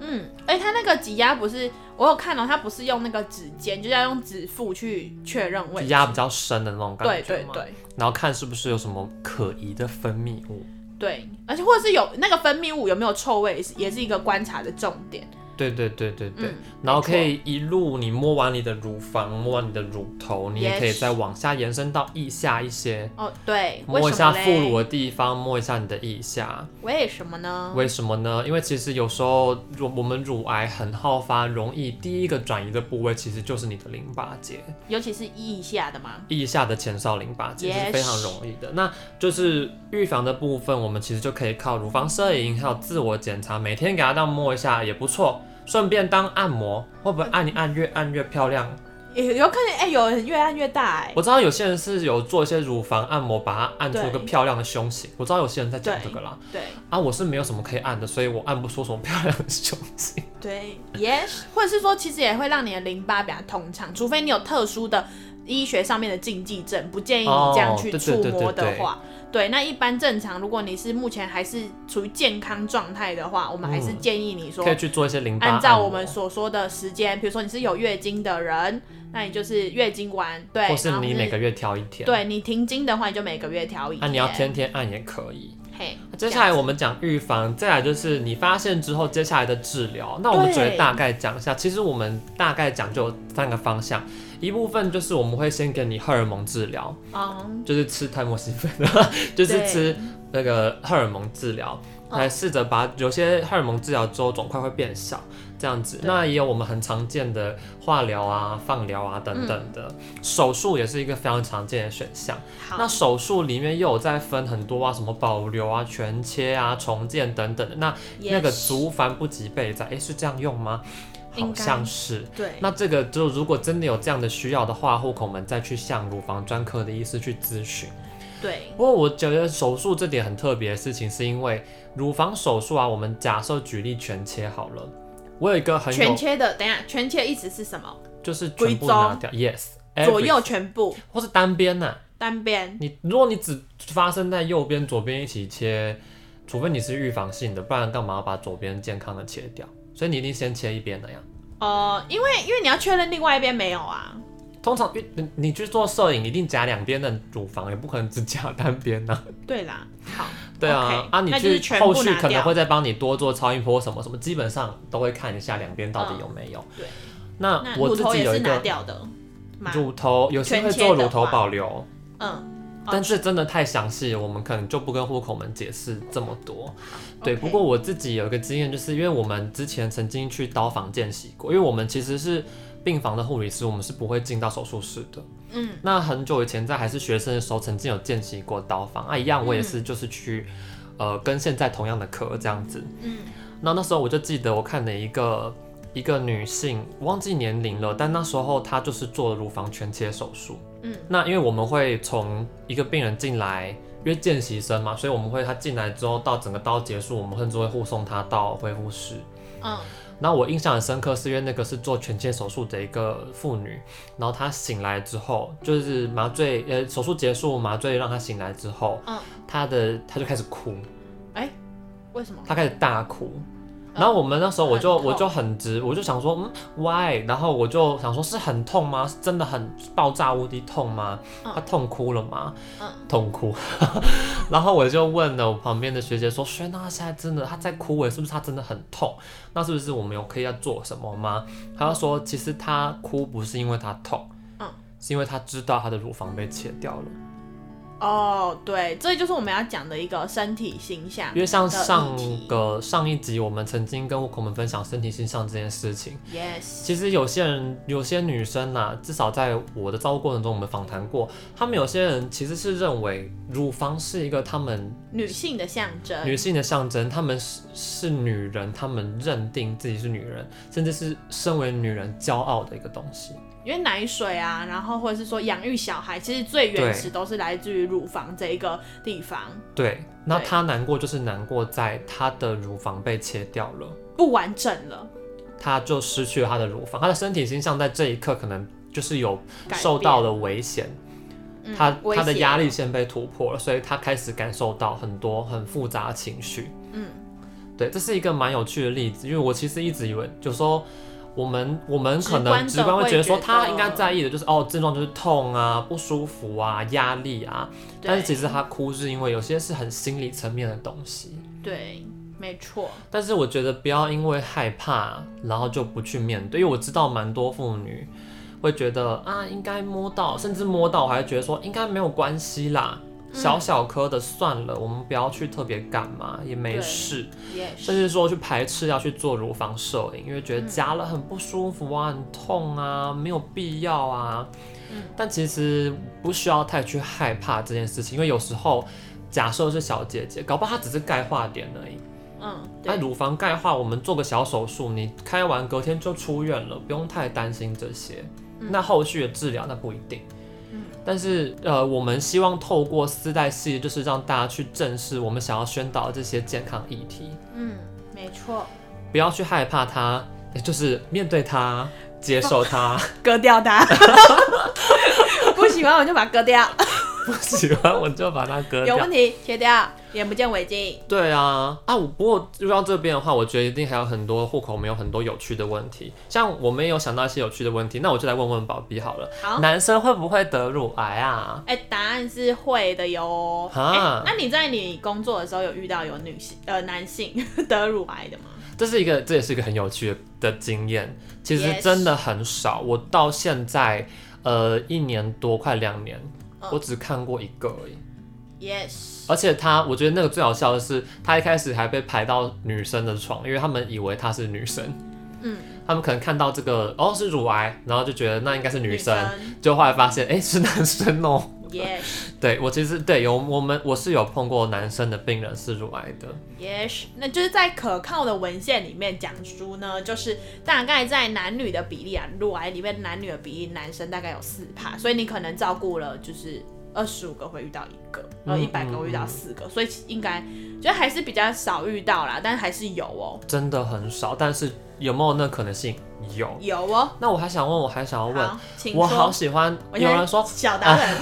[SPEAKER 2] 嗯，哎、他那个挤压不是我有看到、哦他不是用那个指尖，就是要用指腹去确认位
[SPEAKER 1] 挤
[SPEAKER 2] 置。
[SPEAKER 1] 压比较深的那种感
[SPEAKER 2] 对
[SPEAKER 1] 觉
[SPEAKER 2] 对
[SPEAKER 1] 嘛
[SPEAKER 2] 对
[SPEAKER 1] 然后看是不是有什么可疑的分泌物。
[SPEAKER 2] 对，而且或者是有那个分泌物有没有臭味，也是也是一个观察的重点。
[SPEAKER 1] 对对对对对，
[SPEAKER 2] 嗯
[SPEAKER 1] 然后可以一路你摸完你的乳房，摸完你的乳头，你也可以
[SPEAKER 2] Yes
[SPEAKER 1] 再往下延伸到腋下一些，
[SPEAKER 2] 哦，对，
[SPEAKER 1] 摸一下副乳
[SPEAKER 2] 为什么
[SPEAKER 1] 的
[SPEAKER 2] 嘞
[SPEAKER 1] 地方，摸一下你的腋下。
[SPEAKER 2] 为什么呢？
[SPEAKER 1] 为什么呢？因为其实有时候乳我们乳癌很好发，容易第一个转移的部位其实就是你的淋巴结。
[SPEAKER 2] 尤其是腋下的嘛。
[SPEAKER 1] 腋下的前哨淋巴结
[SPEAKER 2] Yes
[SPEAKER 1] 是非常容易的。那就是预防的部分，我们其实就可以靠乳房摄影，还有自我检查，每天给它当摸一下也不错，顺便当按摩，会不会按一按越按越漂亮？
[SPEAKER 2] 有有可能哎、有人越按越大哎、
[SPEAKER 1] 我知道有些人是有做一些乳房按摩，把它按出一个
[SPEAKER 2] 对
[SPEAKER 1] 漂亮的胸型。我知道有些人在讲这个啦，
[SPEAKER 2] 对
[SPEAKER 1] 啊，我是没有什么可以按的，所以我按不出什么漂亮的胸型。
[SPEAKER 2] 对，yes，或者是说其实也会让你的淋巴比较通畅，除非你有特殊的医学上面的禁忌症，不建议你这样去
[SPEAKER 1] 哦
[SPEAKER 2] 触摸
[SPEAKER 1] 对对对对
[SPEAKER 2] 的
[SPEAKER 1] 对
[SPEAKER 2] 话。对，那一般正常，如果你是目前还是处于健康状态的话，我们还是
[SPEAKER 1] 嗯
[SPEAKER 2] 建议你说
[SPEAKER 1] 可以去做一些淋巴按摩。
[SPEAKER 2] 按照我们所说的时间，比如说你是有月经的人，那你就是月经完，对，
[SPEAKER 1] 或是
[SPEAKER 2] 然后
[SPEAKER 1] 你每个月挑一天，，
[SPEAKER 2] 对你停经的话，你就每个月调一天。
[SPEAKER 1] 啊，你要天天按也可以。
[SPEAKER 2] 嘿，
[SPEAKER 1] 接下来我们讲预防，再来就是你发现之后接下来的治疗。那我们
[SPEAKER 2] 对
[SPEAKER 1] 只会大概讲一下，其实我们大概讲就有三个方向，一部分就是我们会先给你荷尔蒙治疗，
[SPEAKER 2] 这样嗯，
[SPEAKER 1] 就是吃泰莫西芬， 就是吃那个荷尔蒙治疗，
[SPEAKER 2] 嗯
[SPEAKER 1] 来试着把有些荷尔蒙治疗之后肿块会变小这样子。
[SPEAKER 2] 对
[SPEAKER 1] 那也有我们很常见的化疗啊、放疗啊等等的，手术也是一个非常常见的选项。那
[SPEAKER 2] 嗯好，
[SPEAKER 1] 手术里面又有在分很多啊，什么保留啊、全切啊、重建等等的。那那个
[SPEAKER 2] Yes
[SPEAKER 1] 足凡不及备载，诶，是这样用吗？好
[SPEAKER 2] 应该
[SPEAKER 1] 像是。
[SPEAKER 2] 对，
[SPEAKER 1] 那这个就如果真的有这样的需要的话，户口们再去向乳房专科的医师去咨询。
[SPEAKER 2] 对，
[SPEAKER 1] 不过我觉得手术这点很特别的事情，是因为乳房手术啊，我们假设举例全切好了，我有一个很有
[SPEAKER 2] 全切的，等一下，全切意思是什么？
[SPEAKER 1] 就是全部
[SPEAKER 2] 规
[SPEAKER 1] 拿
[SPEAKER 2] 中
[SPEAKER 1] 掉，yes，everything
[SPEAKER 2] 左右全部
[SPEAKER 1] 或是单边呐、
[SPEAKER 2] 单边，
[SPEAKER 1] 你如果你只发生在右边、左边一起切，除非你是预防性的，不然干嘛要把左边健康的切掉？所以你一定先切一边的呀。
[SPEAKER 2] 哦，因为因为你要确认另外一边没有啊，
[SPEAKER 1] 通常你你去做摄影，一定夹两边的乳房，也不可能只夹 单边呐、
[SPEAKER 2] 对啦，好，
[SPEAKER 1] 对啊
[SPEAKER 2] OK，
[SPEAKER 1] 啊，你
[SPEAKER 2] 那就是
[SPEAKER 1] 去
[SPEAKER 2] 全部
[SPEAKER 1] 后续
[SPEAKER 2] 拿
[SPEAKER 1] 可能
[SPEAKER 2] 掉
[SPEAKER 1] 会再帮你多做超音波什么什么，基本上都会看一下两边到底有没有。
[SPEAKER 2] 对，
[SPEAKER 1] 那
[SPEAKER 2] 嗯那
[SPEAKER 1] 我
[SPEAKER 2] 乳
[SPEAKER 1] 自
[SPEAKER 2] 头
[SPEAKER 1] 己
[SPEAKER 2] 也
[SPEAKER 1] 有
[SPEAKER 2] 是
[SPEAKER 1] 一
[SPEAKER 2] 拿
[SPEAKER 1] 个
[SPEAKER 2] 掉的，吗？
[SPEAKER 1] 乳头有些会做乳头保留，
[SPEAKER 2] 嗯，
[SPEAKER 1] 但是真的太详细了，我们可能就不跟户口们解释这么多。对
[SPEAKER 2] 哦 OK
[SPEAKER 1] 不过我自己有一个经验，就是因为我们之前曾经去刀房见习过，因为我们其实是病房的护理师，我们是不会进到手术室的。
[SPEAKER 2] 嗯，
[SPEAKER 1] 那很久以前在还是学生的时候，曾经有见习过刀房啊，一样我也是就是去，呃，跟现在同样的科这样子。
[SPEAKER 2] 嗯，
[SPEAKER 1] 那那时候我就记得我看了一个一个女性，忘记年龄了，但那时候她就是做了乳房全切手术。
[SPEAKER 2] 嗯，
[SPEAKER 1] 那因为我们会从一个病人进来，因为见习生嘛，所以我们会他进来之后到整个刀结束，我们甚至会护送他到恢复室。
[SPEAKER 2] 嗯，
[SPEAKER 1] 那我印象很深刻，是因为那个是做全切手术的一个妇女，然后她醒来之后，就是麻醉，呃，手术结束，麻醉让她醒来之后，
[SPEAKER 2] 嗯，
[SPEAKER 1] 她的她就开始哭，
[SPEAKER 2] 为什么？
[SPEAKER 1] 她开始大哭。然后我们那时候我就
[SPEAKER 2] 哦很痛
[SPEAKER 1] 我就很直，我就想说，嗯，why？然后我就想说，是很痛吗？是真的很爆炸无敌痛吗？
[SPEAKER 2] 嗯
[SPEAKER 1] 她痛哭了吗？
[SPEAKER 2] 嗯
[SPEAKER 1] 痛哭。 然后我就问了我旁边的学姐说，轩娜现在真的她在哭欸诶，是不是她真的很痛？那是不是我们有可以要做什么吗？她就说，其实她哭不是因为她痛，
[SPEAKER 2] 嗯
[SPEAKER 1] 是因为她知道她的乳房被切掉了。
[SPEAKER 2] 哦，对，这就是我们要讲的一个身体形象
[SPEAKER 1] 因为像上
[SPEAKER 2] 的议题
[SPEAKER 1] 个上一集我们曾经跟我们分享身体性向这件事情。
[SPEAKER 2] ，yes，
[SPEAKER 1] 其实有些人，有些女生呐、至少在我的照顾过程中，我们访谈过，她们有些人其实是认为乳房是一个她们
[SPEAKER 2] 女性的象征，
[SPEAKER 1] 女性的象征，她们是是女人，她们认定自己是女人，甚至是身为女人骄傲的一个东西。
[SPEAKER 2] 因为奶水啊，然后或者是说养育小孩，其实最原始都是来自于乳房这一个地方，
[SPEAKER 1] 对，那
[SPEAKER 2] 对
[SPEAKER 1] 她难过就是难过在她的乳房被切掉了，
[SPEAKER 2] 不完整了，
[SPEAKER 1] 她就失去了她的乳房，她的身体形象在这一刻可能就是有
[SPEAKER 2] 改变
[SPEAKER 1] 受到了危险。
[SPEAKER 2] 嗯
[SPEAKER 1] 他
[SPEAKER 2] 威胁
[SPEAKER 1] 他的压力线被突破了，所以他开始感受到很多很复杂的情绪。
[SPEAKER 2] 嗯，
[SPEAKER 1] 对，这是一个蛮有趣的例子，因为我其实一直以为，就说我们我们可
[SPEAKER 2] 直观
[SPEAKER 1] 能
[SPEAKER 2] 地
[SPEAKER 1] 直观会觉得说
[SPEAKER 2] 会觉得嗯
[SPEAKER 1] 他应该在意的就是哦症状就是痛啊、不舒服啊、压力啊，
[SPEAKER 2] 对
[SPEAKER 1] 但是其实他哭是因为有些是很心理层面的东西。
[SPEAKER 2] 对，没错，
[SPEAKER 1] 但是我觉得不要因为害怕，然后就不去面对，因为我知道蛮多妇女会觉得啊，应该摸到，甚至摸到，我还觉得说应该没有关系啦，
[SPEAKER 2] 嗯
[SPEAKER 1] 小小颗的算了，我们不要去特别干嘛，也没
[SPEAKER 2] 对
[SPEAKER 1] 事。
[SPEAKER 2] 也
[SPEAKER 1] 甚
[SPEAKER 2] 是，
[SPEAKER 1] 至说去排斥要去做乳房摄影，因为
[SPEAKER 2] 嗯
[SPEAKER 1] 觉得夹了很不舒服啊，很痛啊，没有必要啊。
[SPEAKER 2] 嗯
[SPEAKER 1] 但其实不需要太去害怕这件事情，因为有时候假设是小姐姐，搞不好她只是钙化点而已。
[SPEAKER 2] 嗯，
[SPEAKER 1] 那
[SPEAKER 2] 对，
[SPEAKER 1] 乳房钙化，我们做个小手术，你开完隔天就出院了，不用太担心这些。那后续的治疗那不一定。
[SPEAKER 2] 嗯
[SPEAKER 1] 但是呃，我们希望透过丝带系，就是让大家去正视我们想要宣导的这些健康议题，
[SPEAKER 2] 嗯，没错，
[SPEAKER 1] 不要去害怕它，也就是面对它，接受 它。
[SPEAKER 2] 割掉它，不喜欢我就把它割掉，
[SPEAKER 1] 不喜欢我就把它割
[SPEAKER 2] 有
[SPEAKER 1] 掉
[SPEAKER 2] 问。题切掉，眼不见为净，
[SPEAKER 1] 对啊，啊，我不过入到这边的话，我觉得一定还有很多户口没有很多有趣的问题，像我们也有想到一些有趣的问题，那我就来问问宝比好了。
[SPEAKER 2] 好。
[SPEAKER 1] 男生会不会得乳癌啊？
[SPEAKER 2] 哎、答案是会的哟。
[SPEAKER 1] 啊
[SPEAKER 2] 哎那你在你工作的时候有遇到有女性呃男性 得乳癌的吗？
[SPEAKER 1] 这是一个，这也是一个很有趣的经验。其实
[SPEAKER 2] Yes
[SPEAKER 1] 真的很少，我到现在呃一年多，快两年
[SPEAKER 2] 嗯，
[SPEAKER 1] 我只看过一个而已。
[SPEAKER 2] Yes，
[SPEAKER 1] 而且他，我觉得那个最好笑的是，他一开始还被排到女生的床，因为他们以为她是女生，
[SPEAKER 2] 嗯，
[SPEAKER 1] 他们可能看到这个哦是乳癌，然后就觉得那应该是女生，就后来发现哎、诶是男生哦。
[SPEAKER 2] Yes，Yes。
[SPEAKER 1] 对我其实对有我们我是有碰过男生的病人是乳癌的，
[SPEAKER 2] Yes，那就是在可靠的文献里面讲出呢，就是大概在男女的比例啊，乳癌里面男女的比例，男生大概有四趴，所以你可能照顾了就是二十五个会遇到一个，呃，
[SPEAKER 1] 嗯
[SPEAKER 2] 一百个会遇到四个，所以应该就还是比较少遇到啦，但还是有哦，
[SPEAKER 1] 真的很少，但是有没有那可能性？有。
[SPEAKER 2] 有哦。
[SPEAKER 1] 那我还想问，我还想要问，
[SPEAKER 2] 好，请
[SPEAKER 1] 我
[SPEAKER 2] 说。
[SPEAKER 1] 好喜欢
[SPEAKER 2] 我现
[SPEAKER 1] 有
[SPEAKER 2] 在
[SPEAKER 1] 人说。
[SPEAKER 2] 小达人，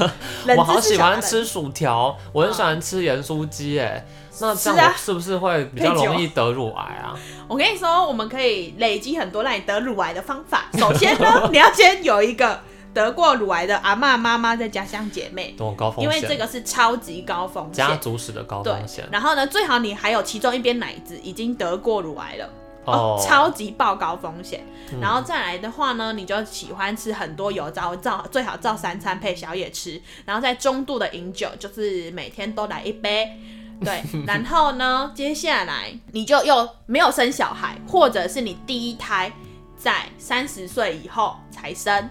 [SPEAKER 1] 我
[SPEAKER 2] 冷知识
[SPEAKER 1] 好喜
[SPEAKER 2] 小达
[SPEAKER 1] 欢
[SPEAKER 2] 人
[SPEAKER 1] 吃薯条，我很喜欢吃盐酥鸡，哎，那这
[SPEAKER 2] 是
[SPEAKER 1] 样
[SPEAKER 2] 啊
[SPEAKER 1] 我是不是会比较
[SPEAKER 2] 配酒
[SPEAKER 1] 容易得乳癌啊？
[SPEAKER 2] 我跟你说，我们可以累积很多让你得乳癌的方法。首先 呢，你要先有一个得过乳癌的阿嬷、妈妈在家乡姐妹，
[SPEAKER 1] 多高风
[SPEAKER 2] 因为这
[SPEAKER 1] 险，
[SPEAKER 2] 个是超级高风
[SPEAKER 1] 家
[SPEAKER 2] 险。
[SPEAKER 1] 族史的高
[SPEAKER 2] 对
[SPEAKER 1] 风险，
[SPEAKER 2] 然后呢，最好你还有其中一边奶子已经得过乳癌了，哦，超级爆高风险。然后再来的话呢，你就喜欢吃很多油照照，最好照三餐配宵夜吃，然后再中度的饮酒，就是每天都来一杯。对，然后呢，接下来你就又没有生小孩，或者是你第一胎在三十岁以后才生。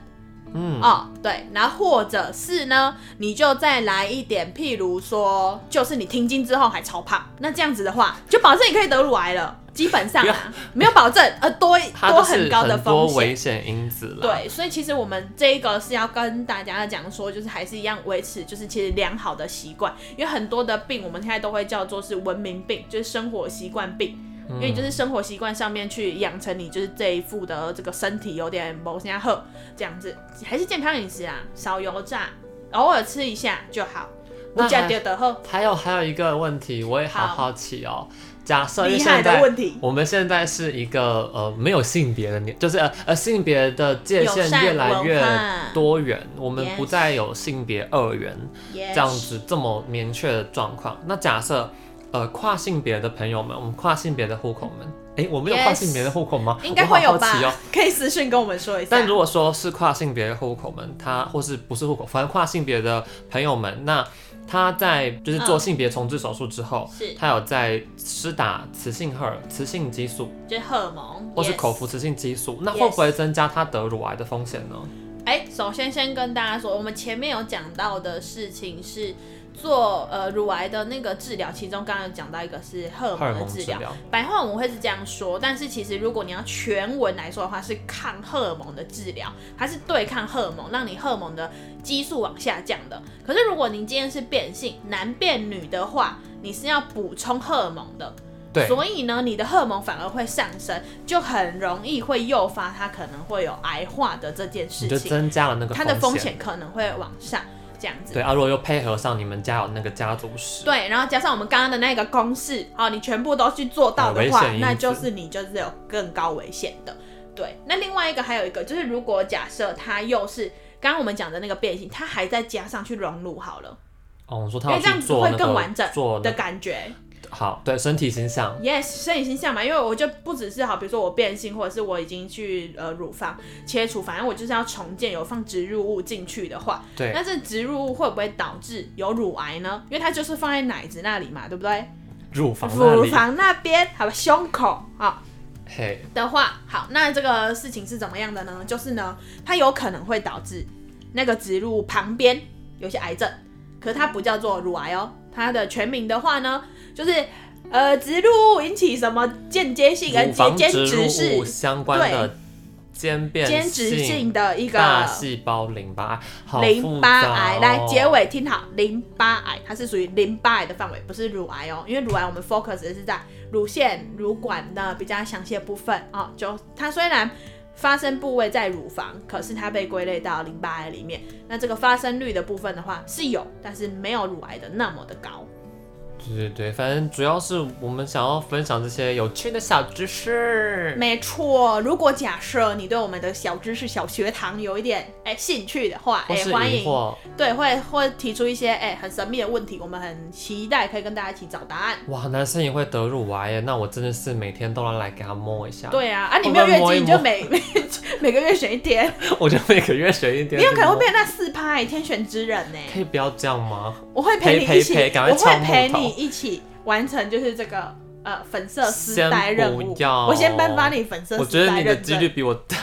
[SPEAKER 1] 嗯，
[SPEAKER 2] 哦，对，然后或者是呢，你就再来一点，譬如说，就是你停经之后还超胖，那这样子的话，就保证你可以得乳癌了，基本上
[SPEAKER 1] 不
[SPEAKER 2] 啊，没有保证，呃，多
[SPEAKER 1] 它
[SPEAKER 2] 多
[SPEAKER 1] 就是
[SPEAKER 2] 很高的
[SPEAKER 1] 很多
[SPEAKER 2] 风险
[SPEAKER 1] 危。险因子啦。，
[SPEAKER 2] 对，所以其实我们这一个是要跟大家讲说，就是还是一样维持，就是其实良好的习惯，因为很多的病我们现在都会叫做是文明病，就是生活习惯病。
[SPEAKER 1] 嗯
[SPEAKER 2] 因为你就是生活习惯上面去养成你就是这一副的这个身体有点某些喝这样子，还是健康饮食啊，少油炸，偶尔吃一下就好，
[SPEAKER 1] 那
[SPEAKER 2] 不加
[SPEAKER 1] 还
[SPEAKER 2] 丢的喝，
[SPEAKER 1] 还有还有一个问题，我也好
[SPEAKER 2] 好
[SPEAKER 1] 好奇哦。假设因为
[SPEAKER 2] 厉害
[SPEAKER 1] 现
[SPEAKER 2] 的
[SPEAKER 1] 在
[SPEAKER 2] 问题。
[SPEAKER 1] 我们现在是一个呃没有性别的年，就是呃呃性别的界
[SPEAKER 2] 友
[SPEAKER 1] 限
[SPEAKER 2] 善
[SPEAKER 1] 越来
[SPEAKER 2] 文
[SPEAKER 1] 越
[SPEAKER 2] 化
[SPEAKER 1] 多元，我们不
[SPEAKER 2] Yes
[SPEAKER 1] 再有性别二元这样子这么明确的状况。那假设呃跨性别的朋友们，我们跨性别的户口们，诶，我们有
[SPEAKER 2] Yes
[SPEAKER 1] 跨性别的户口吗
[SPEAKER 2] Yes，？应该会有
[SPEAKER 1] 我好
[SPEAKER 2] 吧
[SPEAKER 1] 好奇哦。？
[SPEAKER 2] 可以私讯跟我们说一下。
[SPEAKER 1] 但如果说是跨性别的户口们，他或是不是户口，反正跨性别的朋友们，那他在就是做
[SPEAKER 2] 嗯
[SPEAKER 1] 性别重置手术之后，
[SPEAKER 2] 是
[SPEAKER 1] 他有在施打雌性荷尔雌性激素，
[SPEAKER 2] 就是荷尔蒙
[SPEAKER 1] 或是
[SPEAKER 2] yes
[SPEAKER 1] 口服雌性激素，那会不会增加他得乳癌的风险呢？
[SPEAKER 2] 哎，首先先跟大家说，我们前面有讲到的事情是做呃乳癌的那个治疗，其中刚刚有讲到一个是荷尔
[SPEAKER 1] 荷尔
[SPEAKER 2] 蒙的
[SPEAKER 1] 蒙
[SPEAKER 2] 治
[SPEAKER 1] 治
[SPEAKER 2] 疗。
[SPEAKER 1] 疗，
[SPEAKER 2] 白话文会是这样说，但是其实如果你要全文来说的话，是抗荷尔蒙的治疗，它是对抗荷尔蒙，让你荷尔蒙的激素往下降的。可是如果您今天是变性，男变女的话，你是要补充荷尔蒙的。
[SPEAKER 1] 对，
[SPEAKER 2] 所以呢，你的荷尔蒙反而会上升，就很容易会诱发它可能会有癌化的这件事
[SPEAKER 1] 你就
[SPEAKER 2] 情。
[SPEAKER 1] 增加了那个
[SPEAKER 2] 它的风险可能会往上，这样子。
[SPEAKER 1] 对啊，如果又配合上你们家有那个家族史，
[SPEAKER 2] 对然后加上我们刚刚的那个公式，哦，你全部都去做到的
[SPEAKER 1] 啊危
[SPEAKER 2] 话
[SPEAKER 1] 险因，子
[SPEAKER 2] 那就是你就是有更高危险的。对，那另外一个还有一个就是，如果假设它又是刚刚我们讲的那个变形，它还再加上去融入好了
[SPEAKER 1] 哦，我说他要
[SPEAKER 2] 因为这
[SPEAKER 1] 去
[SPEAKER 2] 样子
[SPEAKER 1] 做那
[SPEAKER 2] 会更
[SPEAKER 1] 个
[SPEAKER 2] 完整
[SPEAKER 1] 做那
[SPEAKER 2] 的感觉。
[SPEAKER 1] 好，对身体形象，
[SPEAKER 2] Yes，生理形象嘛，因为我就不只是好，比如说我变性，或者是我已经去呃乳房切除，反正我就是要重建，有放植入物进去的话，
[SPEAKER 1] 对
[SPEAKER 2] 但是植入物会不会导致有乳癌呢？因为它就是放在奶子那里嘛，对不对？
[SPEAKER 1] 乳房那
[SPEAKER 2] 乳
[SPEAKER 1] 里，
[SPEAKER 2] 房那边，好吧，胸口啊、
[SPEAKER 1] 嘿，
[SPEAKER 2] 的话，好，那这个事情是怎么样的呢？就是呢，它有可能会导致那个植入旁边有些癌症，可是它不叫做乳癌哦，它的全名的话呢，就是呃植入物引起什么间接性跟
[SPEAKER 1] 乳
[SPEAKER 2] 间
[SPEAKER 1] 房
[SPEAKER 2] 间
[SPEAKER 1] 植
[SPEAKER 2] 质
[SPEAKER 1] 入物
[SPEAKER 2] 是
[SPEAKER 1] 相关的间变
[SPEAKER 2] 间质性的一个
[SPEAKER 1] 大细胞淋巴癌，好
[SPEAKER 2] 淋
[SPEAKER 1] 复
[SPEAKER 2] 巴
[SPEAKER 1] 杂
[SPEAKER 2] 癌，
[SPEAKER 1] 哦
[SPEAKER 2] 来结尾听好，淋巴癌它是属于淋巴癌的范围，不是乳癌哦，因为乳癌我们 focus 的是在乳腺、乳管的比较详细的部分哦。就它虽然发生部位在乳房，可是它被归类到淋巴癌里面。那这个发生率的部分的话是有，但是没有乳癌的那么的高。
[SPEAKER 1] 对对对，反正主要是我们想要分享这些有趣的小知识。
[SPEAKER 2] 没错，如果假设你对我们的小知识、小学堂有一点哎、兴趣的话，
[SPEAKER 1] 或
[SPEAKER 2] 哎、
[SPEAKER 1] 是
[SPEAKER 2] 欢
[SPEAKER 1] 疑
[SPEAKER 2] 迎
[SPEAKER 1] 惑，
[SPEAKER 2] 对，会会提出一些哎、很神秘的问题，我们很期待可以跟大家一起找答案。
[SPEAKER 1] 哇，男生也会得乳癌耶！那我真的是每天都要来给他摸一下。，
[SPEAKER 2] 对啊，啊你
[SPEAKER 1] 慢
[SPEAKER 2] 没有
[SPEAKER 1] 慢摸
[SPEAKER 2] 月
[SPEAKER 1] 一
[SPEAKER 2] 经，你就
[SPEAKER 1] 摸
[SPEAKER 2] 每 每每个月选一 天，
[SPEAKER 1] 我就每个月学一点。
[SPEAKER 2] 你有可能会变那四拍天选之人呢、
[SPEAKER 1] 可以不要这样吗？
[SPEAKER 2] 我会陪你
[SPEAKER 1] 陪
[SPEAKER 2] 一起，
[SPEAKER 1] 陪陪赶快
[SPEAKER 2] 我
[SPEAKER 1] 敲
[SPEAKER 2] 会
[SPEAKER 1] 木
[SPEAKER 2] 陪
[SPEAKER 1] 头
[SPEAKER 2] 你一起完成就是这个呃粉色丝
[SPEAKER 1] 先
[SPEAKER 2] 带任
[SPEAKER 1] 不
[SPEAKER 2] 务。
[SPEAKER 1] 要
[SPEAKER 2] 我先颁发你粉色
[SPEAKER 1] 我
[SPEAKER 2] 丝
[SPEAKER 1] 觉得
[SPEAKER 2] 带
[SPEAKER 1] 你的
[SPEAKER 2] 认
[SPEAKER 1] 几
[SPEAKER 2] 证
[SPEAKER 1] 率。比我大，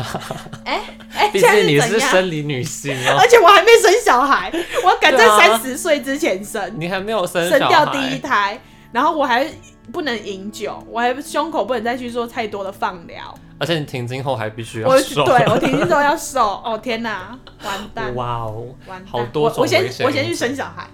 [SPEAKER 2] 哎哎，
[SPEAKER 1] 毕
[SPEAKER 2] 现在
[SPEAKER 1] 竟你
[SPEAKER 2] 怎
[SPEAKER 1] 是
[SPEAKER 2] 样？
[SPEAKER 1] 生理女性哦、
[SPEAKER 2] 而且我还没生小孩，我要赶在
[SPEAKER 1] 对啊
[SPEAKER 2] 三十岁之前生。
[SPEAKER 1] 你还没有生
[SPEAKER 2] 生
[SPEAKER 1] 小
[SPEAKER 2] 掉第一
[SPEAKER 1] 孩。
[SPEAKER 2] 胎，然后我还不能饮酒，我还胸口不能再去做太多的放疗，
[SPEAKER 1] 而且你停经后还必须要
[SPEAKER 2] 我
[SPEAKER 1] 瘦。
[SPEAKER 2] 对我停经之后要瘦，哦天哪，完蛋，
[SPEAKER 1] 哇哦，
[SPEAKER 2] 完蛋，
[SPEAKER 1] 好多
[SPEAKER 2] 我
[SPEAKER 1] 种
[SPEAKER 2] 我先
[SPEAKER 1] 危险
[SPEAKER 2] 我先去
[SPEAKER 1] 因素
[SPEAKER 2] 生小孩，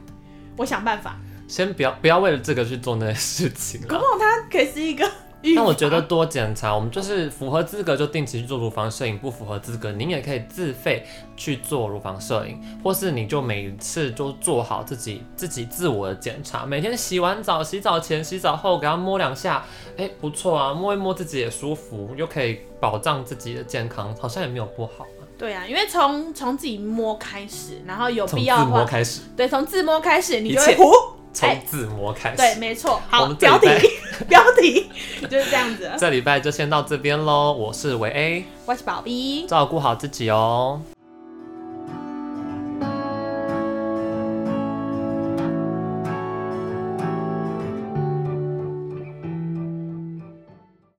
[SPEAKER 2] 我想办法，
[SPEAKER 1] 先不要不要为了这个去做那些事情
[SPEAKER 2] 搞
[SPEAKER 1] 了
[SPEAKER 2] 不。好它可以是一个预
[SPEAKER 1] 但
[SPEAKER 2] 防。
[SPEAKER 1] 我觉得多检查，我们就是符合资格就定期去做乳房摄影，不符合资格您也可以自费去做乳房摄影，或是你就每次都做好自己自己自我的检查，每天洗完澡、洗澡前、洗澡后给它摸两下，哎、不错啊，摸一摸自己也舒服，又可以保障自己的健康，好像也没有不好啊。
[SPEAKER 2] 对啊，因为从从自己摸开始，然后有
[SPEAKER 1] 从
[SPEAKER 2] 必
[SPEAKER 1] 自
[SPEAKER 2] 要的
[SPEAKER 1] 摸
[SPEAKER 2] 话，
[SPEAKER 1] 开始，
[SPEAKER 2] 对，从自摸开始，你就
[SPEAKER 1] 一
[SPEAKER 2] 会
[SPEAKER 1] 切
[SPEAKER 2] 糊，
[SPEAKER 1] 从自摸开始。
[SPEAKER 2] 对，没错，
[SPEAKER 1] 我
[SPEAKER 2] 好，
[SPEAKER 1] 们这
[SPEAKER 2] 标
[SPEAKER 1] 礼
[SPEAKER 2] 题
[SPEAKER 1] 拜。
[SPEAKER 2] 标题就是这样子。
[SPEAKER 1] 这礼拜就先到这边喽。我是维 A，
[SPEAKER 2] 我是宝 B，
[SPEAKER 1] 照顾好自己哦。